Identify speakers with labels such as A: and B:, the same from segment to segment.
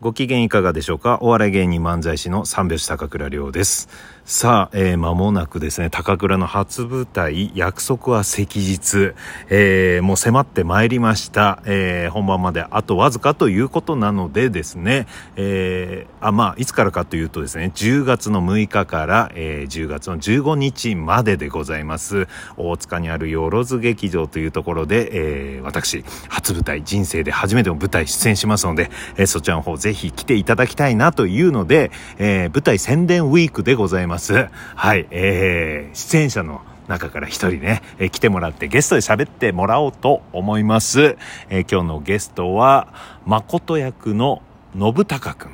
A: ご機嫌いかがでしょうかお笑い芸人漫才師の三拍子高倉涼です。さあ、えー間もなくですね、高倉の初舞台、約束は赤日、えーもう迫ってまいりました。えー本番まであとわずかということなのでですね、えーあ、まあ、いつからかというとですね、10月の6日から、えー10月の15日まででございます。大塚にあるよろず劇場というところで、えー私、初舞台、人生で初めての舞台出演しますので、えーそちらの方ぜひ来ていただきたいなというので、えー舞台宣伝ウィークでございます。はい、えー出演者の中から一人ね、えー来てもらってゲストで喋ってもらおうと思います。えー今日のゲストは、誠役の信孝くん。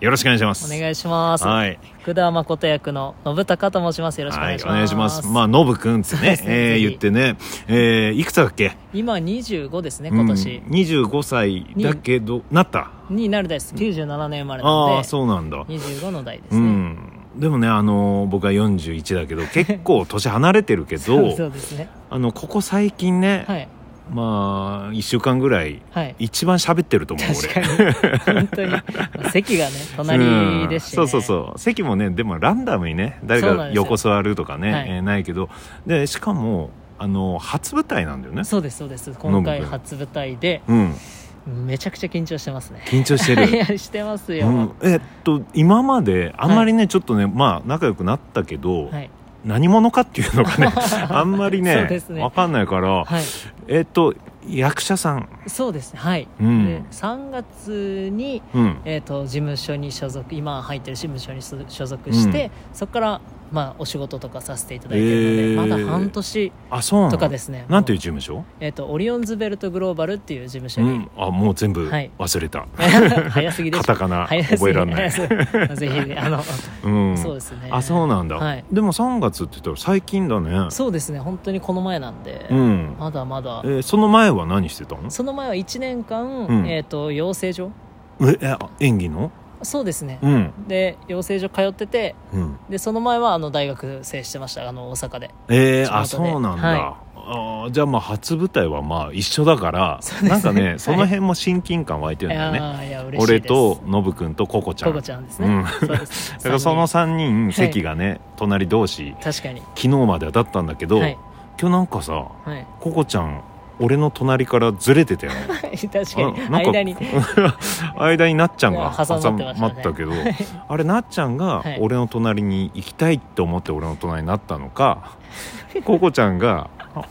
A: よろしくお願いします。
B: お願いします。
A: はい。
B: 福田誠役の信高と申します。よろしくお願いします。
A: はい、お願いします。まあ、ノブくんって
B: そうで
A: ね、
B: すね
A: えー言ってね、えーいくつだっけ
B: 今25ですね、今年
A: う。ん、25歳だけど、なった。
B: になるです。97年生まれな
A: ああ、
B: ので、
A: そうなんだ。
B: 25の代で
A: う
B: すね。
A: ん。でもね、あのー僕は41だけ ど、結構年離れてるけど、
B: そうですね。
A: あの、ここ最近ね、
B: はい。
A: まあ、1週間ぐらい、
B: はい。
A: 一番喋ってると思う、俺。
B: 確かに。本当に。まあ席がね、隣ですし、ね
A: うんそうそうそう席もねでもランダムにね誰
B: そうなん
A: が
B: ですよ
A: 横座るとかねな,、
B: はいい
A: えーないけどでしかもあの初舞台なんだよね
B: そうです、そうです。今回初舞台で、
A: うん
B: めちゃくちゃ緊張してますね。
A: 緊張して
B: い
A: る
B: や、してますよ。
A: うん、えっと今まであんまりね、ちょっとねまあ仲良くなったけど、
B: はい。
A: 何者かっていうのが ねあんまり
B: そう
A: ね
B: です
A: わ
B: ね
A: かんないから
B: はい。
A: えっと役者さん
B: そうですね、はい。
A: うん
B: で、3月に、
A: うん
B: えー、と事務所に所属今入ってる事務所に所所属して、そこから、まあ、お仕事とかさせていただいてるので、
A: えー
B: まだ半年
A: あそうなの
B: とかですね
A: なんていう
B: も
A: 事務所
B: う、えー、とオリオンズベルトグローバルっていう事務所
A: う
B: に、
A: んあもう全部
B: はい
A: 忘れた、
B: 早すぎで
A: カ
B: す
A: タカナ
B: 早すぎ
A: 覚えられない、
B: 早すぎぜひあの、
A: うん、
B: そうですね
A: あそうなんだ、
B: はい
A: でも3月って言ったら最近だね
B: そうですね本当にこの前なんで、
A: うん、
B: まだまだ
A: えーその前は何してたの
B: その前は1年間、
A: うん
B: えー、と養成所
A: ええあ演技の
B: そうですね、
A: うん、
B: で養成所通ってて
A: うん、
B: でその前はあの大学生してましたあの大阪で
A: えー、あ
B: 仕事で
A: そうなんだ、
B: は
A: あーじゃあまあ初舞台はまあ一緒だから、
B: そうですね
A: なんか
B: は
A: ね
B: い
A: その辺も親近感湧いてるんだよね、
B: あーいや嬉しいです
A: 俺とノブくんとココちゃん
B: ココちゃんです
A: うん
B: ね。そうです。
A: だから その
B: 三
A: 3人
B: い
A: 席がね、隣同士
B: 人確かに。
A: 昨日まではだったんだけど、
B: はい
A: 今日なんかさ
B: はい。
A: ココちゃん俺の隣からずれてたよね
B: 確かに
A: あなんか
B: 間に
A: 間になっちゃんが
B: いや挟
A: 挟
B: まってました
A: ま
B: ね
A: ったけど、あれなっちゃんが
B: はい
A: 俺の隣に行きたいって思って俺の隣になったのか、 ココちゃんが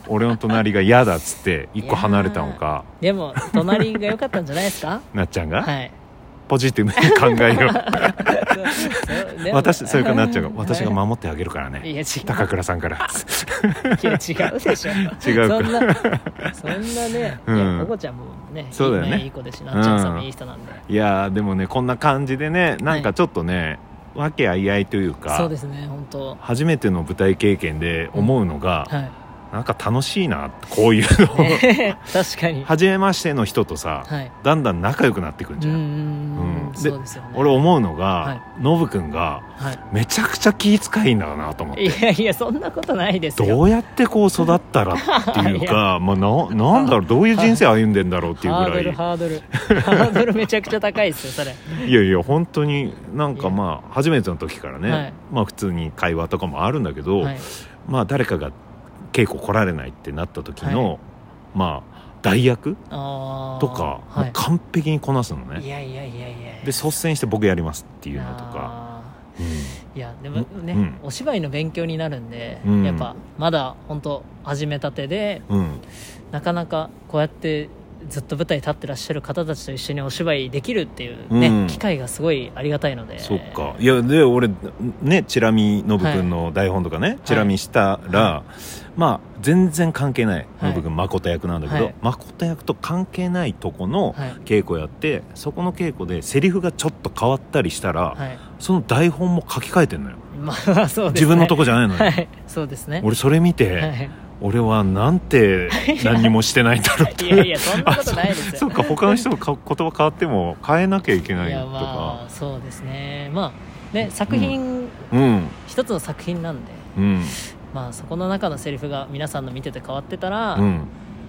A: 俺の隣が嫌だっつって一個離れたのか
B: でも隣が良かったんじゃないですか。
A: なっちゃんが、
B: はい。
A: ポジティブに考えよう
B: そうでも
A: 私それからなっちゃん が私が
B: は
A: 守ってあげるから
B: いい
A: ね
B: や違
A: 高倉さんから
B: ういや違うでしょ。
A: 違うか
B: そんな そんなね。
A: うん
B: いやココちゃんもね。
A: そうだよね
B: いいねいい子ですし、なっちゃんさんもいい人なんで。
A: いやーでもねこんな感じでねなんかちょっとね、和気あいあいというか
B: そうですね本当。
A: 初めての舞台経験で思うのが、
B: は
A: なんか楽しいなこういうの
B: い。ね確かに。
A: 初めましての人とさ、
B: はい。
A: だんだん仲良くなってくん
B: う
A: じゃん、
B: ん
A: うん。で
B: そうですよね。
A: 俺思うのが、
B: はい
A: ノブくんが
B: は
A: めちゃくちゃ気遣いんだなと思っ
B: い。い
A: て
B: やいやそんなことないですよ。
A: どうやってこう育ったらっていう
B: い
A: かまあ、ななんだろうどういう人生歩んでんだろうっていう
B: ハード
A: ぐ
B: ル
A: ら
B: ハードルハードルめちゃくちゃ高いですよそれ
A: いいやいや本当になんか
B: いや
A: まあ初めての時からね、
B: はい
A: まあ普通に会話とかもあるんだけど、
B: はい
A: まあ誰かが稽古来られないってなった時の、
B: は
A: まあ代役
B: あー
A: とか、
B: は
A: もう完璧にこなすの
B: い、い
A: ね
B: やいやいやいや
A: で率先して僕やりますっていうのとか、
B: あ
A: うん
B: ーいやでもね、
A: うん
B: お芝居の勉強になるんで、
A: うん
B: やっぱまだ本当始めたてで
A: うん、
B: なかなかこうやってずっと舞台立ってらっしゃる方たちと一緒にお芝居できるっていうね、
A: うん
B: 機会がすごいありがたいので
A: そっかいやで俺ねチラ見ノブくんの台本とかね、チラ見したら、
B: は
A: まあ全然関係ない、
B: はい
A: ノブくん誠役なんだけど、
B: はい
A: 誠役と関係ないとこの
B: はい
A: 稽古やってそこの稽古でセリフがちょっと変わったりしたら、
B: はい
A: その台本も書き換えてんのよ、
B: まあそうですね
A: 自分のとこじゃないのよ、
B: はいそうですね
A: 俺それ見て、
B: はい
A: 俺はなんて何にもしてないんだろうって
B: いやいやそんなことないですよ
A: あそそっか他の人の か言葉変わっても変えなきゃいけない
B: い
A: と
B: や
A: か、
B: まあそうですねまあね作品、
A: うん
B: 一つの作品なんで
A: うん
B: まあそこの中のセリフが皆さんの見てて変わってたら、
A: うん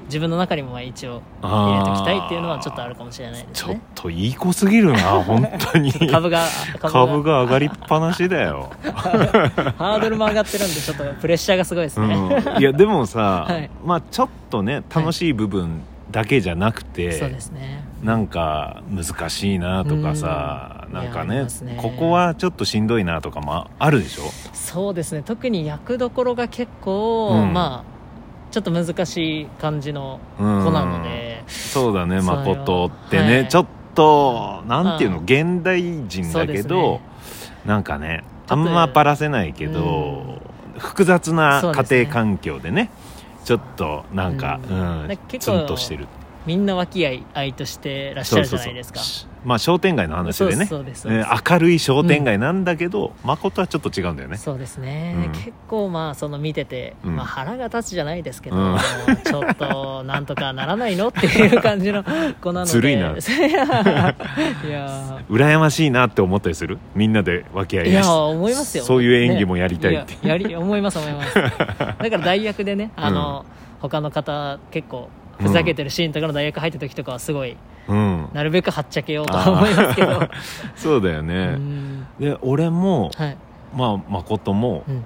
B: 自分の中にもまあ一応入れ
A: あー
B: ときたいっていうのはちょっとあるかもしれないで
A: ち
B: す
A: ょっ
B: ね
A: といい子すぎる な本当に
B: 株が
A: 株が上がりっぱなしだよ、
B: ハードルも上がってるんでちょっとプレッシャーがすごいです
A: う
B: ね、
A: ん、いやでもさ、
B: はい
A: まあちょっとね楽しい部分だけじゃなくて、
B: そうですね
A: なんか難しいなとかさ、
B: うん
A: なんか
B: いやあり
A: ね
B: ますね
A: ここはちょっとしんどいなとかもあるでしょ
B: そうですね特に役どころが結構、
A: うん
B: まあちょっと難しい感じの
A: 子
B: 子なので、
A: そうだね
B: それは
A: 誠ってね、
B: はい
A: ちょっとなんていうの、
B: うん
A: 現代人だけ
B: そう
A: ど、なんかね
B: ち
A: あ
B: ょっ
A: ん
B: と
A: まばらせないけど、複雑な
B: そうですね
A: 家庭環境でねちょっとなんか、う
B: うん
A: ん
B: なんか結
A: ツ
B: 構
A: ンとしてる
B: みんな和気あいあいとしてらっしゃるじゃないですか
A: そうそうそうまあ商店街の話でね
B: そうですそうですそう
A: え
B: です
A: ー明るい商店街なんだけど、誠はちょっと違うんだよね
B: そうですね、
A: うん
B: 結構まあその見てて、
A: うん
B: まあ、腹が立つじゃないですけど、
A: うん
B: ちょっとなんとかならないのっていう感じの子なので
A: ずるいな
B: いや ー
A: 羨ましいなって思ったりするみんなで和気あいあい
B: いやー思いますよ
A: そういう演技もやりたいって
B: ねややり思います思い ますだから大学でねあの、他の方結構ふざけてるシーンとかの大学入った時とかはすごい、
A: うん
B: なるべくはっちゃけようとは思います けど、
A: そうだよ
B: う
A: ね、
B: ん
A: で俺も、
B: はい、
A: まあ誠も
B: うん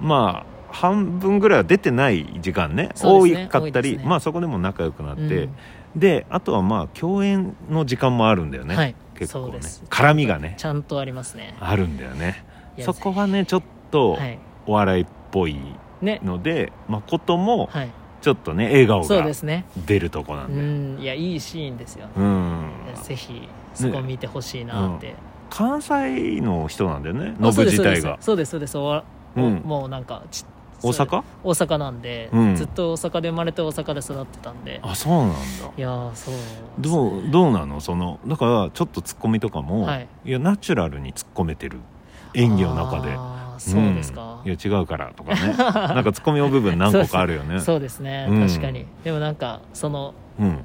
A: まあ半分ぐらいは出てない時間ね
B: そうですね
A: 多かった
B: 多い
A: り、
B: ですね
A: まあそこでも仲良くなって、
B: うん
A: であとはまあ共演の時間もあるんだよね、
B: はい
A: 結構
B: そう
A: ね
B: です
A: 絡みがね
B: ちゃんとありますね
A: あるんだよね
B: いや
A: そこはねちょっと
B: はい
A: お笑いっぽい
B: ね
A: ので、誠も
B: はい
A: ちょっとね笑顔
B: そう
A: が
B: ですね
A: 出るとこな
B: うん
A: だよ
B: んいやいいシーンですよね
A: うん
B: ぜひそこ見てほしいなって、
A: 関西の人なんだよね
B: あ
A: ノブ
B: そうです
A: 自体が
B: そうですそうですそうですお
A: うん
B: もうなんかち
A: 大阪
B: 大阪なんで、
A: うん
B: ずっと大阪で生まれて大阪で育ってたんで
A: あそうなんだ
B: いやーそう
A: どうどうなのそのだからちょっとツッコミとかも、
B: はいい、
A: やナチュラルに突っ込めてる演技の中で
B: あーそうですか、
A: うんいや違うからとかね なんかツッコミの部分何個かあるよね
B: そうですね、
A: うん
B: 確かにでもなんかその
A: うん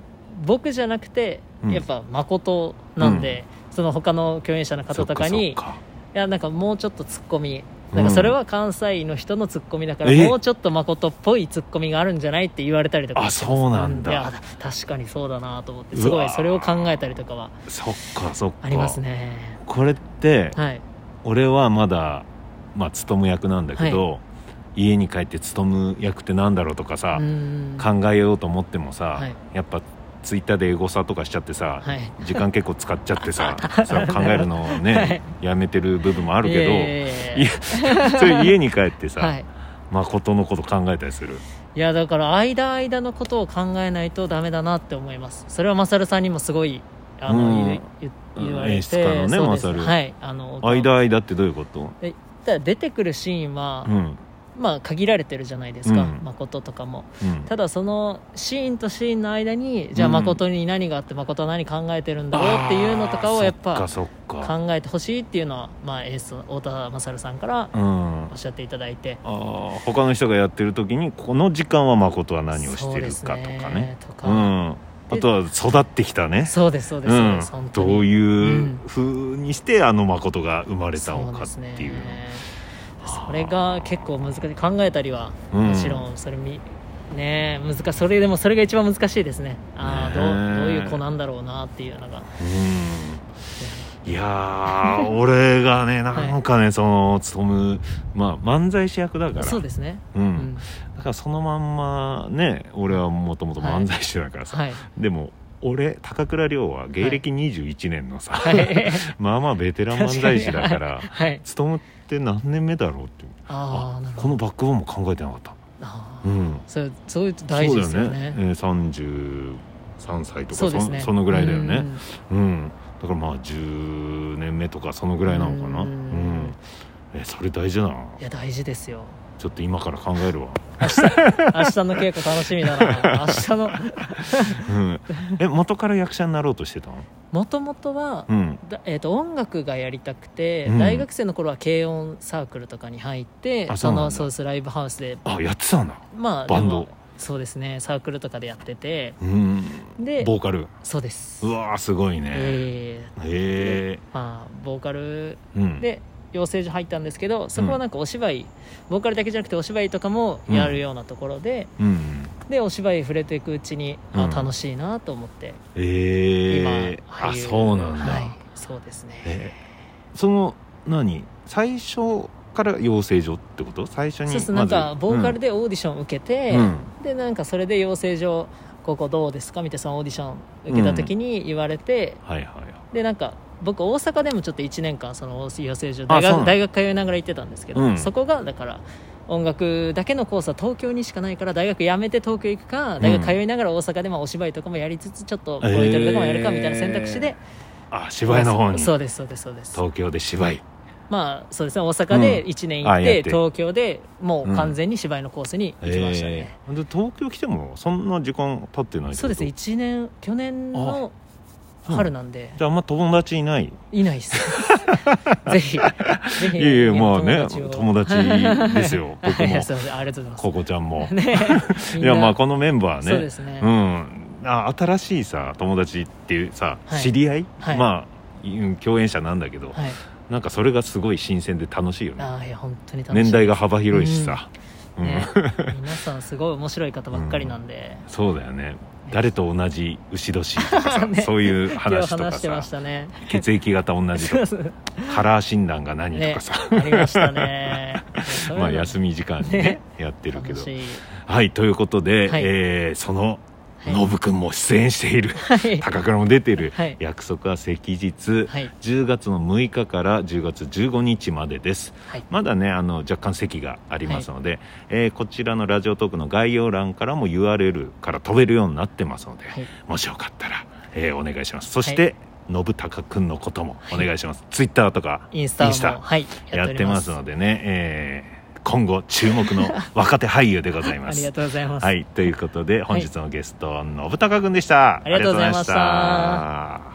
B: 僕じゃなくて
A: うん
B: やっぱ誠なんで、その他の共演者の方とかに
A: そっか
B: いやなんかもうちょっとツッコミ
A: うん
B: なんかそれは関西の人のツッコミだから、
A: え
B: もうちょっと誠っぽいツッコミがあるんじゃないって言われたりとか
A: あそうなんだ
B: いや確かにそうだなと思ってすごいそれを考えたりとかは
A: そっかそっかそっか
B: ありますね
A: これって
B: はい
A: 俺はまだまあ勤役なんだけど、家に帰って勤役ってなんだろうとかさ、
B: うん
A: 考えようと思ってもさ、
B: はい
A: やっぱツイッターでエゴサとかしちゃってさ、
B: はい
A: 時間結構使っちゃって さそれを考えるのをね、
B: はい
A: やめてる部分もあ
B: あ
A: るけど、い
B: い
A: やそれ家に帰ってさ、
B: はい、
A: 誠のこと考えたりする
B: いやだから間間のことを考えないとダメだなって思いますそれはマサルさんにもすごいあの、
A: うん
B: 言言言われて
A: 演出家のね
B: そうです
A: マサル
B: はいあの
A: 間間ってどういうこと
B: えただ出てくるシーンは、
A: うん
B: まあ限られてるじゃないですか、
A: うん
B: 誠とかも
A: うん
B: ただそのシーンとシーンの間にじゃあ
A: うん
B: 誠に何があって誠は何考えてるんだろうっていうのとかをやっ
A: あー
B: ぱ
A: そっかそっか
B: 考えてほしいっていうのは、まあ、エースの太田勝さんから
A: うん
B: おっしゃっていただいて、
A: あー他の人がやってる時にこの時間は誠は何をしてるかとか
B: そうです
A: ね
B: と
A: う
B: か
A: んあとは育ってきたね
B: そうですそうです、そうです
A: うん
B: 本、当
A: ど
B: に
A: う
B: う
A: いうんふうにしてあの誠が生まれたの
B: そう
A: か
B: で
A: って
B: すね
A: いうの
B: それが結構難しい考えたりは
A: うん
B: もちろんそれみ、ねえ難しそれでもそれが一番難しいですねああど
A: ねえ
B: うどういう子なんだろうなっていうのが
A: うんいやー俺が ねなんかね、その務むまあ漫才師役だから
B: そうですね
A: うん
B: うん
A: だからそのまんまね俺はもともと漫才師だからさ、
B: はい
A: でも俺高倉涼は芸歴21年のさ、
B: はい
A: まあまあベテラン漫才師だか
B: 確
A: ら
B: はい
A: 勤むって何年目だろうって
B: ああなる
A: こ
B: ほど
A: のバックボーンも考えてなかった
B: あ
A: う
B: あ
A: ん
B: それそういう大事ですよ
A: そうだ
B: ね
A: えー33歳とか
B: そ
A: そ,、
B: うですね
A: そのぐらいだよ
B: う
A: ね
B: ん
A: うん、だからまあ10年目とかそのぐらいなのかなう
B: うんん、
A: えそれ大事だない
B: や大事ですよ
A: ちょっと今から考えるわ、
B: 明日 の稽古楽しみだな明日の
A: うん、え元から役者になろうとしてたの
B: もともとは
A: うん
B: だえー、と音楽がやりたくて、
A: うん
B: 大学生の頃は軽音サークルとかに入って
A: あそ
B: そ
A: うなんだ
B: のそうですライブハウスで
A: あやってたんだ
B: まあ
A: バンド
B: でもそうですねサークルとかでやってて
A: うん
B: で
A: ボーカル
B: そうです
A: うわーすごいね
B: ええ
A: へえ
B: まあボーカル
A: うん
B: で養成所入ったんですけどそこはなんかお芝居、ボーカルだけじゃなくてお芝居とかもやるようなところで、
A: うん
B: ででお芝居触れていくうちに、
A: う
B: あ
A: ん
B: 楽しいなと思って今、
A: ええ
B: 俳
A: あ
B: 優
A: そうなんだ、
B: はい、そうですね、
A: えその何最初から養成所ってこと最初に
B: そうそうな
A: ま
B: ん
A: ず
B: かボーカルでオーディション受けて、
A: うん
B: でなんかそれで養成所ここどうですかみたいなそのオーディション受けた時に言われて、
A: はいはいはい
B: でなんか僕大阪でもちょっと1年間その養成所
A: あ
B: 大
A: そうなの
B: 学大学通いながら行ってたんですけど、
A: うん
B: そこがだから音楽だけのコースは東京にしかないから大学辞めて東京行くか大学通いながら大阪でまあお芝居とかもやりつつちょっとボイトレとかもやるかみたいな選択肢で、
A: あ芝居の方に
B: そうですそうですそうです
A: 東京で芝居
B: まあそうですね大阪で
A: うん
B: 1年
A: あ
B: 行っ
A: や
B: て、
A: って
B: 東京でもう完全に芝居のコースに行きましたね、
A: えーで東京来てもそんな時間経ってないってこと
B: そうですね1年去年の
A: あ
B: 春なんで、
A: じゃああんま友達いない
B: いないです ぜひぜひ
A: いやいやまあね友達です
B: よ
A: よ僕も
B: そうですありがとうござい
A: ここちゃんも
B: ます ね
A: い
B: みんな
A: やまあこのメンバー
B: そう
A: ね
B: ですね、
A: うんあ新しいさ友達っていうさ
B: はい
A: 知り合い
B: はい
A: まあうん共演者なんだけど
B: はい
A: なんかそれがすごい新鮮で楽しいよね
B: ああいや本当に楽しい
A: 年代が幅広いしさうん
B: ね、皆さんすごい面白い方ばっかりなんで、
A: そうだよね誰と同じ牛年とかさ
B: ね
A: そういう
B: 今
A: 話
B: 日
A: とか
B: 話してまし
A: さ
B: たね
A: 血液型同じと かカラー診断が何と
B: ね
A: かさ
B: ありましたねそういうの
A: まあ休み時間にね
B: ね
A: やってるけど
B: 楽しい
A: はいということで、
B: はい
A: えーその
B: はい
A: ノブくんも出演している、
B: はい
A: 高倉も出てる、
B: はい
A: 約束は赤日、
B: はい
A: 10月の6日から10月15日までです
B: はい
A: まだねあの若干席がありますので、えーこちらのラジオトークの概要欄からも URL から飛べるようになってますので、
B: はい
A: もしよかったら、えーお願いしますそして、
B: は
A: 信高くんのこともお願いします、ツイッターとか
B: インスタも
A: インスタ
B: はい
A: やってます
B: おり
A: のでね、えー今後注目 の若手俳優でございま
B: あ
A: す。
B: りがとうございます
A: はい、ということで本日のゲスト、信孝君でした。
B: ありがとうございました
A: ありがとうございました